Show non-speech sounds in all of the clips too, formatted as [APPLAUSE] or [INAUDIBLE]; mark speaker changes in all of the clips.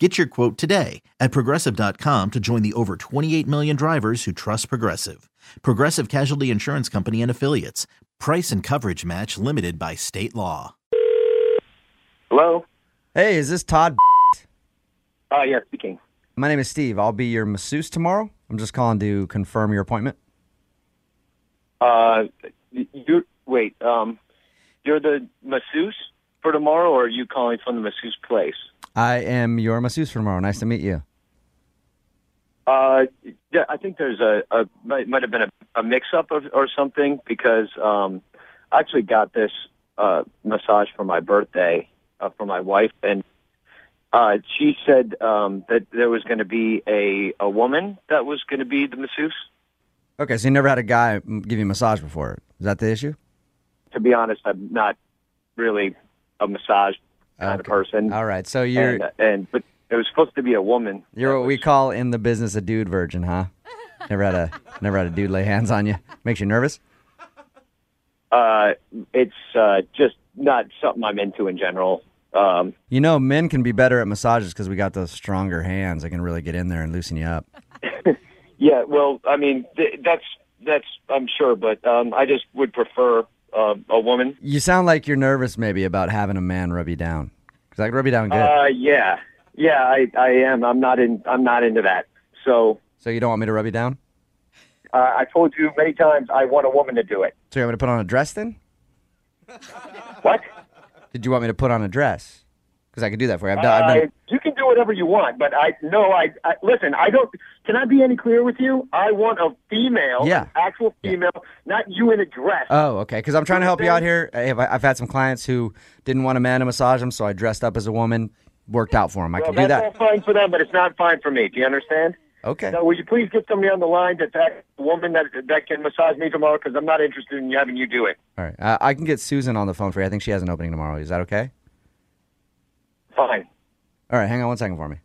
Speaker 1: Get your quote today at progressive.com to join the over 28 million drivers who trust Progressive. Progressive Casualty Insurance Company and Affiliates. Price and coverage match limited by state law.
Speaker 2: Hello.
Speaker 3: Hey, is this Todd?
Speaker 2: Uh, yeah, speaking.
Speaker 3: My name is Steve. I'll be your masseuse tomorrow. I'm just calling to confirm your appointment.
Speaker 2: Uh, you wait. Um, you're the masseuse for tomorrow, or are you calling from the masseuse place?
Speaker 3: I am your masseuse for tomorrow. Nice to meet you.
Speaker 2: Uh, yeah, I think there's a, a might, might have been a, a mix-up of, or something because um, I actually got this uh, massage for my birthday uh, for my wife, and uh, she said um, that there was going to be a a woman that was going to be the masseuse.
Speaker 3: Okay, so you never had a guy m- give you a massage before. Is that the issue?
Speaker 2: To be honest, I'm not really a massage kind of
Speaker 3: Okay.
Speaker 2: person.
Speaker 3: All right, so you're
Speaker 2: and, uh, and but it was supposed to be a woman.
Speaker 3: you're what we call in the business a dude virgin, huh? Never had a never had a dude lay hands on you. Makes you nervous.
Speaker 2: Uh, it's uh, just not something I'm into in general. Um,
Speaker 3: You know, men can be better at massages because we got those stronger hands. They can really get in there and loosen you up.
Speaker 2: yeah, well, I mean th- that's that's I'm sure, but um, I just would prefer uh, a woman.
Speaker 3: You sound like you're nervous maybe about having a man rub you down. Cause I can rub you down good,
Speaker 2: Uh, yeah, yeah, I, I am. I'm not in. I'm not into that. So
Speaker 3: so you don't want me to rub you down.
Speaker 2: uh, I told you many times I want a woman to do it.
Speaker 3: So you want me to put on a dress then?
Speaker 2: What?
Speaker 3: Did you want me to put on a dress? Because I could do that for you. I've done. I've
Speaker 2: Uh,
Speaker 3: done
Speaker 2: you can do whatever you want, but I no. I, I listen. I don't. Can I be any clearer with you? I want a female,
Speaker 3: Yeah.
Speaker 2: an actual female, not you in a dress.
Speaker 3: oh, okay. Because I'm trying to help you out here. I have, I've had some clients who didn't want a man to massage them, so I dressed up as a woman. Worked out for them. I
Speaker 2: Well,
Speaker 3: can do
Speaker 2: that's
Speaker 3: that.
Speaker 2: all fine for them, but it's not fine for me. Do you understand?
Speaker 3: Okay.
Speaker 2: Now, will you please get somebody on the line that's that woman that that can massage me tomorrow? Because I'm not interested in having you do it.
Speaker 3: All right. Uh, I can get Susan on the phone for you. I think she has an opening tomorrow. Is that okay?
Speaker 2: Fine.
Speaker 3: All right. Hang on one second for me.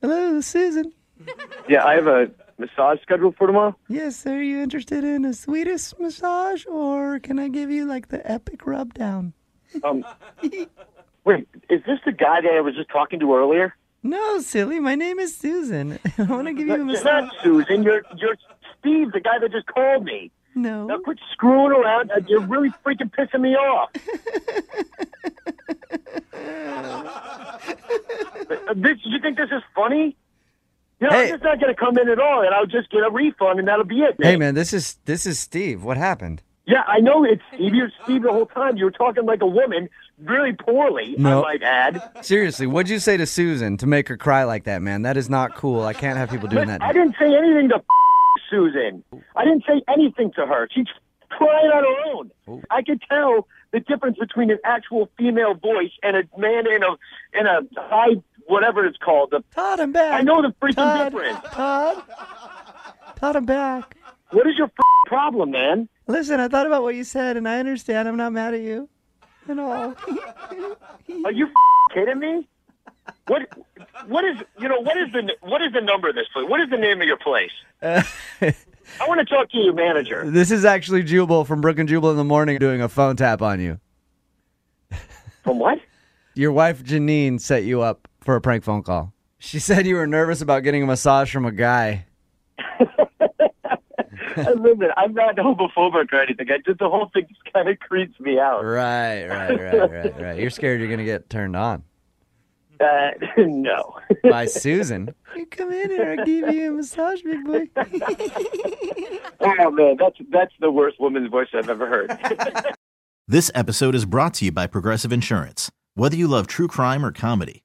Speaker 3: Hello, Susan.
Speaker 2: Yeah, I have a massage scheduled for tomorrow.
Speaker 3: Yes, are you interested in a Swedish massage, or can I give you like the epic rub down?
Speaker 2: Um, wait, is this the guy that I was just talking to earlier?
Speaker 3: No, silly. My name is Susan. [LAUGHS] I want to give
Speaker 2: [LAUGHS]
Speaker 3: you a
Speaker 2: It's not Susan. You're you're Steve, the guy that just called me.
Speaker 3: No.
Speaker 2: Now quit screwing around. Uh, You're really freaking pissing me off. Uh, this, you think this is funny? You know,
Speaker 3: Hey.
Speaker 2: I'm just not going to come in at all, and I'll just get a refund, and that'll be it.
Speaker 3: Hey man, this is this is Steve. What happened?
Speaker 2: Yeah, I know it's Steve. You're Steve the whole time. You were talking like a woman, really poorly,
Speaker 3: No.
Speaker 2: I might add.
Speaker 3: Seriously, what'd you say to Susan to make her cry like that, man? That is not cool. I can't have people doing that.
Speaker 2: I didn't say anything to [LAUGHS] Susan. I didn't say anything to her. She's crying on her own. I could tell the difference between an actual female voice and a man in a in a high whatever it's called. The,
Speaker 3: Todd, I'm back.
Speaker 2: I know the freaking
Speaker 3: Todd,
Speaker 2: difference.
Speaker 3: Todd, Todd, I'm back.
Speaker 2: What is your [LAUGHS] f- problem, man?
Speaker 3: Listen, I thought about what you said, and I understand. I'm not mad at you at all.
Speaker 2: Are you [LAUGHS] f- kidding me? What what is you know what is the what is the number of this place? What is the name of your place? I want to talk to your manager.
Speaker 3: [LAUGHS] this is actually Jubal from Brook and Jubal in the morning doing a phone tap on you.
Speaker 2: From what?
Speaker 3: Your wife Janine set you up for a prank phone call. She said you were nervous about getting a massage from a guy.
Speaker 2: Listen, I'm not homophobic or anything. I just the whole thing just kind of creeps me
Speaker 3: Er.
Speaker 2: out.
Speaker 3: Right, right, right, right, right. You're scared you're gonna get turned on.
Speaker 2: Uh, [LAUGHS] no,
Speaker 3: by Susan. You come in here, I'll give you a massage, big boy.
Speaker 2: oh man, that's that's the worst woman's voice I've ever heard.
Speaker 1: This episode is brought to you by Progressive Insurance. Whether you love true crime or comedy,